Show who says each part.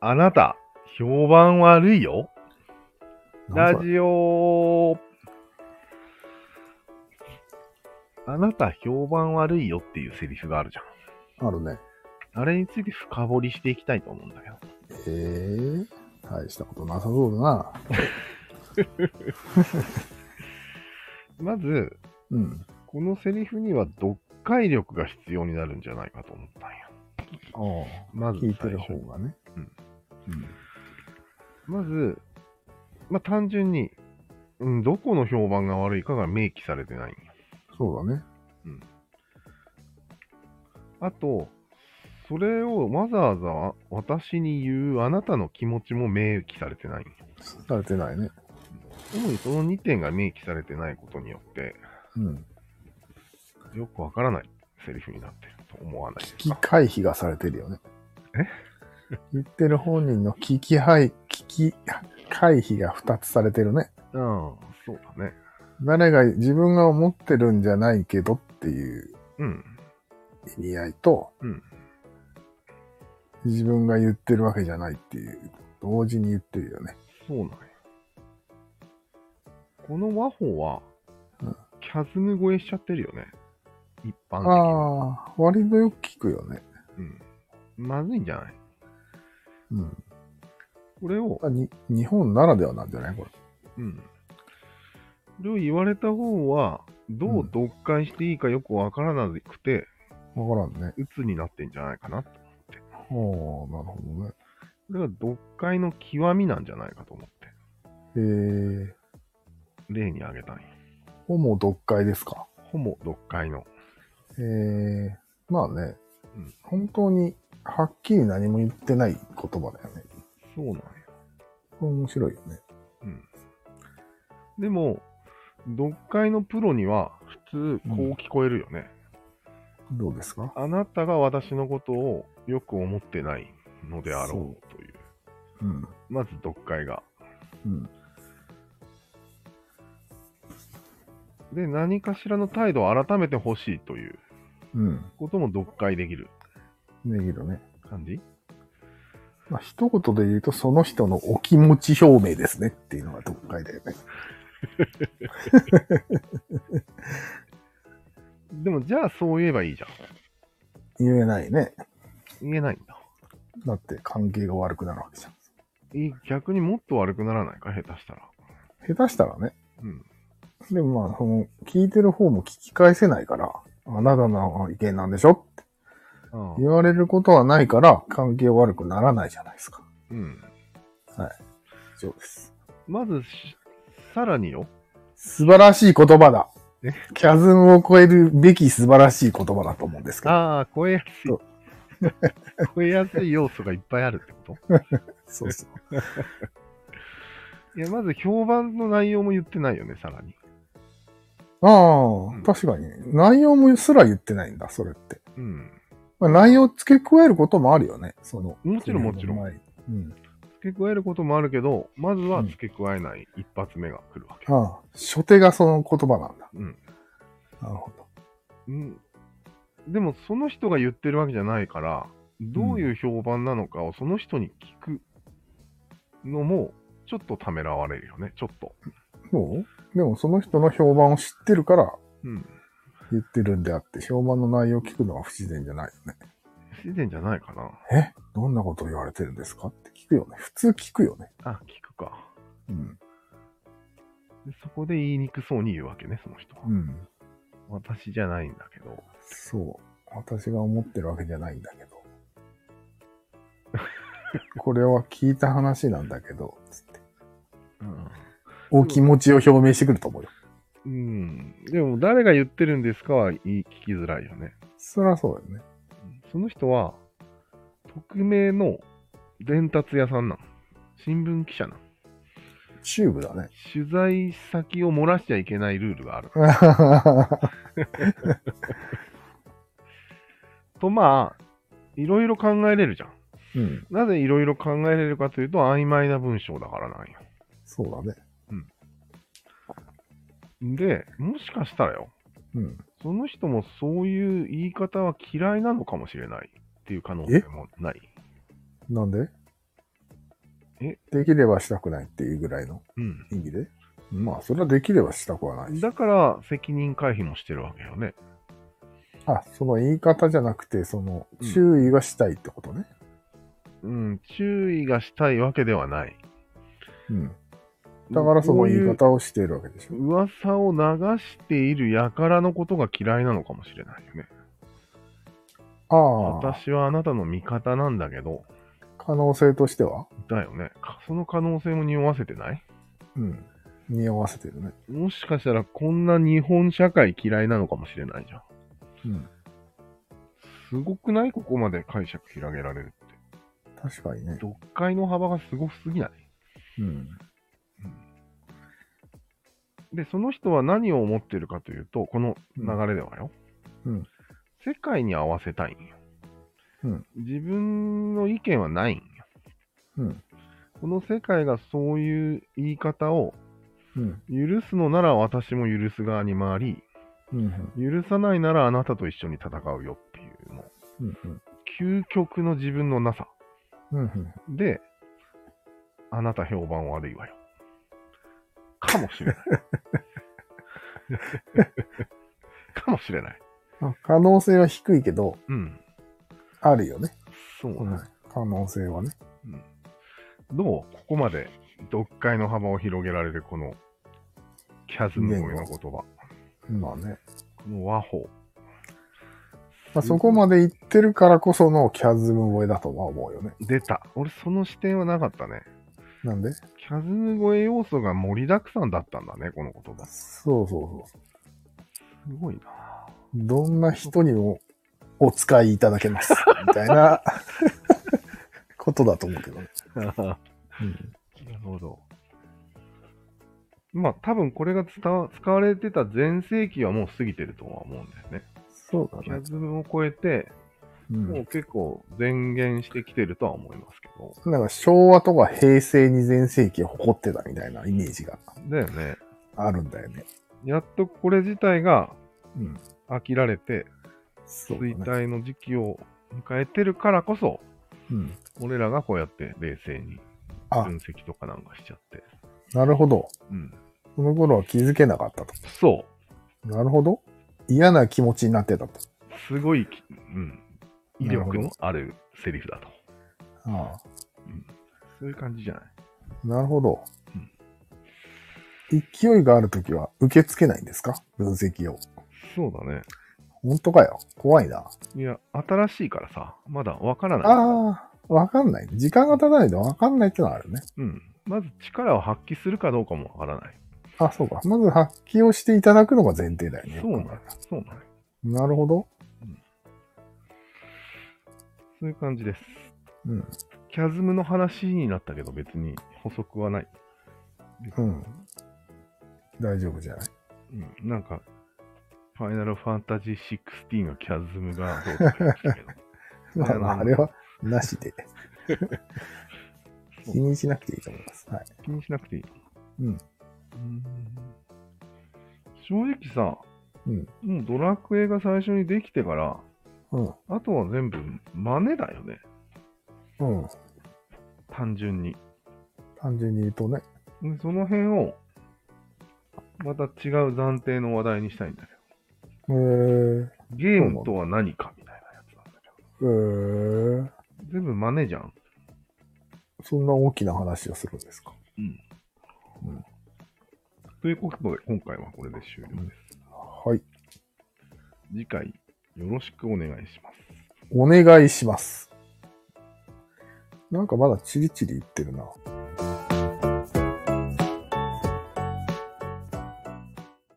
Speaker 1: あなた、評判悪いよ。
Speaker 2: なん
Speaker 1: ラ
Speaker 2: か
Speaker 1: ジオ。あなた、評判悪いよっていうセリフがあるじゃ
Speaker 2: あるね。
Speaker 1: ん。あれについて深掘りしていきたいと思うんだけど。
Speaker 2: えー、大したことなさそうだな。
Speaker 1: まず、
Speaker 2: うん。
Speaker 1: このセリフには読解力が必要になるんじゃないかと思ったんや。
Speaker 2: おう
Speaker 1: まず
Speaker 2: 聞いて
Speaker 1: 最
Speaker 2: る
Speaker 1: 初
Speaker 2: 方
Speaker 1: に
Speaker 2: がね。
Speaker 1: うん
Speaker 2: うん。
Speaker 1: まず、まあ、単純に、うん、どこの評判が悪いかが明記されてないんや。
Speaker 2: そうだね。
Speaker 1: あと、それをわざわざ私に言うあなたの気持ちも明記されてないんや。
Speaker 2: されてないね。
Speaker 1: 主にその2点が明記されてないことによって、
Speaker 2: うん。
Speaker 1: よくわからないセリフになってると思わないです
Speaker 2: 危機
Speaker 1: か
Speaker 2: 回避がされてるよね。言ってる本人の危機回危機回避が2つされてるね。
Speaker 1: うん、そうだね。
Speaker 2: 誰が自分が思ってるんじゃないけどっていう
Speaker 1: うん、
Speaker 2: 意味合いと、
Speaker 1: うん
Speaker 2: 自分が言ってるわけじゃないっていう、同時に言ってるよね。
Speaker 1: そうなんや。この和法は
Speaker 2: うん、
Speaker 1: キャズム超えしちゃってるよね。一般的に。
Speaker 2: ああ、割とよく聞くよね。
Speaker 1: うん。まずいんじゃない
Speaker 2: うん。
Speaker 1: これを、
Speaker 2: あに日本ならではなんじゃないこれ。
Speaker 1: うん。これを言われた方は、どう読解していいかよくわからなくて、
Speaker 2: わからんね。
Speaker 1: 鬱になってんじゃないかな。こ
Speaker 2: ああ、なるほどね。
Speaker 1: れが読解の極みなんじゃないかと思って、
Speaker 2: えー、
Speaker 1: 例に挙げたんや。
Speaker 2: ホモ読解ですか。
Speaker 1: ほぼ読解の。
Speaker 2: えー、まあね、
Speaker 1: うん
Speaker 2: 本当にはっきり何も言ってない言葉だよね。
Speaker 1: そうなんや。
Speaker 2: これ面白いよね。
Speaker 1: うん。でも、読解のプロには普通こう聞こえるよね。
Speaker 2: どうですか
Speaker 1: あなたが私のことをよく思ってないのであろうという。
Speaker 2: うん。
Speaker 1: まず読解が。
Speaker 2: うん。
Speaker 1: で、何かしらの態度を改めて欲しいという
Speaker 2: うん。
Speaker 1: ことも読解できる
Speaker 2: ねぎるね。
Speaker 1: 感じ
Speaker 2: まあ、一言で言うと、その人のお気持ち表明ですねっていうのが読解だよね。
Speaker 1: でも、じゃあそう言えばいいじゃん。
Speaker 2: 言えないね。
Speaker 1: 言えないんだ。
Speaker 2: だって関係が悪くなるわけじゃん。
Speaker 1: い逆にもっと悪くならないか、下手したら。
Speaker 2: 下手したらね。
Speaker 1: うん。
Speaker 2: でもまあ、その、聞いてる方も聞き返せないから、あなたの意見なんでしょって
Speaker 1: ああ
Speaker 2: 言われることはないから、関係悪くならないじゃないですか。
Speaker 1: うん。
Speaker 2: 以上です。
Speaker 1: まずし、さらによ。
Speaker 2: 素晴らしい言葉だ
Speaker 1: え。
Speaker 2: キャズムを超えるべき素晴らしい言葉だと思うんですけど。
Speaker 1: ああ、超えやすい
Speaker 2: そ。
Speaker 1: 超えやすい要素がいっぱいあるってこ
Speaker 2: そうそう。
Speaker 1: といや、まず評判の内容も言ってないよね、さらに。
Speaker 2: あ
Speaker 1: うん
Speaker 2: あ、確かに。内容もすら言ってないんだ、それって。
Speaker 1: うん。
Speaker 2: まあ、内容付け加えることもあるよね。その、
Speaker 1: もちろんもちろん。
Speaker 2: 前にうん。
Speaker 1: 付け加えることもあるけど、まずは付け加えない一発目が来るわけ。
Speaker 2: ああ、初手がその言葉なんだ。
Speaker 1: うん。
Speaker 2: なるほど。
Speaker 1: うん、でも、その人が言ってるわけじゃないから、どういう評判なのかをその人に聞くのも、ちょっとためらわれるよね、ちょっと。
Speaker 2: そうでもその人の評判を知ってるから
Speaker 1: うん。
Speaker 2: 言ってるんであって、評判の内容を聞くのは不自然じゃないよね。
Speaker 1: 不自然じゃないかな。
Speaker 2: えどんなことを言われてるんですかって聞くよね。普通聞くよね。
Speaker 1: あ、聞くか。
Speaker 2: うん。
Speaker 1: でそこで言いにくそうに言うわけね、その人は。
Speaker 2: うん。
Speaker 1: 私じゃないんだけど。
Speaker 2: そう。私が思ってるわけじゃないんだけど。これは聞いた話なんだけど、つって。お気持ちを表明してくると思うよ。
Speaker 1: うん。でも、誰が言ってるんですかは言い聞きづらいよね。
Speaker 2: そりゃそうだよね。
Speaker 1: その人は、匿名の伝達屋さんなの。新聞記者なの。
Speaker 2: チューブだね。
Speaker 1: 取材先を漏らしちゃいけないルールがある。と、まあ、いろいろ考えれるじゃん。
Speaker 2: うん。
Speaker 1: なぜいろいろ考えれるかというと、曖昧な文章だからなんよ。
Speaker 2: そうだね。
Speaker 1: で、もしかしたらよ、
Speaker 2: うん。
Speaker 1: その人もそういう言い方は嫌いなのかもしれないっていう可能性もない。
Speaker 2: なんで
Speaker 1: え
Speaker 2: できればしたくないっていうぐらいの
Speaker 1: うん。
Speaker 2: 意味で。まあ、それはできればしたくはないし。
Speaker 1: だから、責任回避もしてるわけよね。
Speaker 2: あ、その言い方じゃなくて、その
Speaker 1: うん、
Speaker 2: 注意はしたいってことね。
Speaker 1: うん、注意がしたいわけではない。
Speaker 2: うん。だからその言い
Speaker 1: こ
Speaker 2: 方をしているわけでし
Speaker 1: うい
Speaker 2: ょ。
Speaker 1: う噂を流している輩のことが嫌いなのかもしれないよね。
Speaker 2: ああ、
Speaker 1: 私はあなたの味方なんだけど、
Speaker 2: 可能性としては
Speaker 1: だよね。かその可能性も匂わせてない
Speaker 2: うん。匂わせてるね。
Speaker 1: もしかしたらこんな日本社会嫌いなのかもしれないじゃん。
Speaker 2: うん。
Speaker 1: すごくないここまで解釈広げられるって。
Speaker 2: 確かにね。
Speaker 1: 読解の幅がすごすぎない
Speaker 2: うん。
Speaker 1: で、その人は何を思ってるかというと、この流れではよ。
Speaker 2: うん
Speaker 1: 世界に合わせたいんよ。
Speaker 2: うん
Speaker 1: 自分の意見はないんよ。
Speaker 2: うん。
Speaker 1: この世界がそういう言い方を
Speaker 2: うん。
Speaker 1: 許すのなら私も許す側に回り、
Speaker 2: うん。
Speaker 1: 許さないならあなたと一緒に戦うよっていう、も
Speaker 2: うん。うん。
Speaker 1: う、究極の自分のなさ。
Speaker 2: うん。うん。
Speaker 1: で、あなた評判悪いわよ。かもしれない。 かもしれない。
Speaker 2: あ可能性は低いけど、
Speaker 1: うん。
Speaker 2: あるよね。
Speaker 1: そう
Speaker 2: う
Speaker 1: ね
Speaker 2: ん。可能性はね。
Speaker 1: どうここまで読解の幅を広げられるこのキャズムのような言葉。
Speaker 2: まあね。
Speaker 1: この和法。
Speaker 2: まあ、そこまで言ってるからこそのキャズム越えだとは思うよね。
Speaker 1: 出た。俺その視点はなかったね。
Speaker 2: なんで
Speaker 1: キャズム越え要素が盛りだくさんだったんだね、この言葉。す
Speaker 2: そうそうそう。
Speaker 1: ごいな。
Speaker 2: どんな人にもお使いいただ けます。みたいなことだと思うけどね。 うん
Speaker 1: なるほど。まあ、多分これが伝わ使われてた全盛期はもう過ぎてるとは思うんだよね。
Speaker 2: そう
Speaker 1: キ
Speaker 2: だ
Speaker 1: ャ
Speaker 2: ね。
Speaker 1: ズムを超えて、
Speaker 2: う、
Speaker 1: もうん結構前言してきてるとは思いますけど。
Speaker 2: なんか昭和とか平成に全盛期を誇ってたみたいなイメージが
Speaker 1: だよね。
Speaker 2: あるんだよね。
Speaker 1: やっとこれ自体が
Speaker 2: うん。
Speaker 1: 飽きられて、
Speaker 2: そう
Speaker 1: 衰
Speaker 2: だね。
Speaker 1: 退の時期を迎えてるからこそ、
Speaker 2: うん。
Speaker 1: 俺らがこうやって冷静に
Speaker 2: あ
Speaker 1: 分析とかなんかしちゃって。
Speaker 2: なるほど。
Speaker 1: うん。
Speaker 2: その頃は気づけなかったと。
Speaker 1: そ
Speaker 2: なるほど。嫌な気持ちになってたと。
Speaker 1: う。すごいき、うん。威
Speaker 2: なるほ
Speaker 1: 力
Speaker 2: ど
Speaker 1: のあるセリフだと。
Speaker 2: ああ
Speaker 1: そういう感じじゃない
Speaker 2: なるほど。勢いがあるときは受け付けないんですか分析を。
Speaker 1: そうだね。
Speaker 2: 本当かよ。怖いな。
Speaker 1: いや、新しいからさ、まだわからない。
Speaker 2: ああ、わかんない。時間が経たないとわかんないってのはあるね。
Speaker 1: うん。まず力を発揮するかどうかもわからない。
Speaker 2: あ、そうか。まず発揮をしていただくのが前提だよね。
Speaker 1: そうなんだ。そうなんだ。
Speaker 2: なるほど。
Speaker 1: そういう感じです。
Speaker 2: うん。
Speaker 1: キャズムの話になったけど別に補足はない。
Speaker 2: うん。大丈夫じゃない
Speaker 1: うん。なんか、ファイナルファンタジー16のキャズムがどうとか言ってたけど。
Speaker 2: まあまあ、あれはなし で。
Speaker 1: そう
Speaker 2: 気にしなくていいと思います。はい。
Speaker 1: 気にしなくていい。
Speaker 2: うん
Speaker 1: ん正直さ、
Speaker 2: うん
Speaker 1: もうドラクエが最初にできてから、
Speaker 2: うん。
Speaker 1: あとは全部真似だよね。
Speaker 2: うん。
Speaker 1: 単純に。
Speaker 2: 単純に言うとね。
Speaker 1: でその辺を、また違う暫定の話題にしたいんだけど。
Speaker 2: えー、
Speaker 1: ゲームとは何かみたいなやつなんだけ
Speaker 2: えー、
Speaker 1: ど。全部真似じゃん。
Speaker 2: そんな大きな話をするんですか
Speaker 1: ということで、今回はこれで終了です。
Speaker 2: はい。
Speaker 1: 次回、よろしくお願いします。
Speaker 2: お願いします。なんかまだチリチリ言ってるな。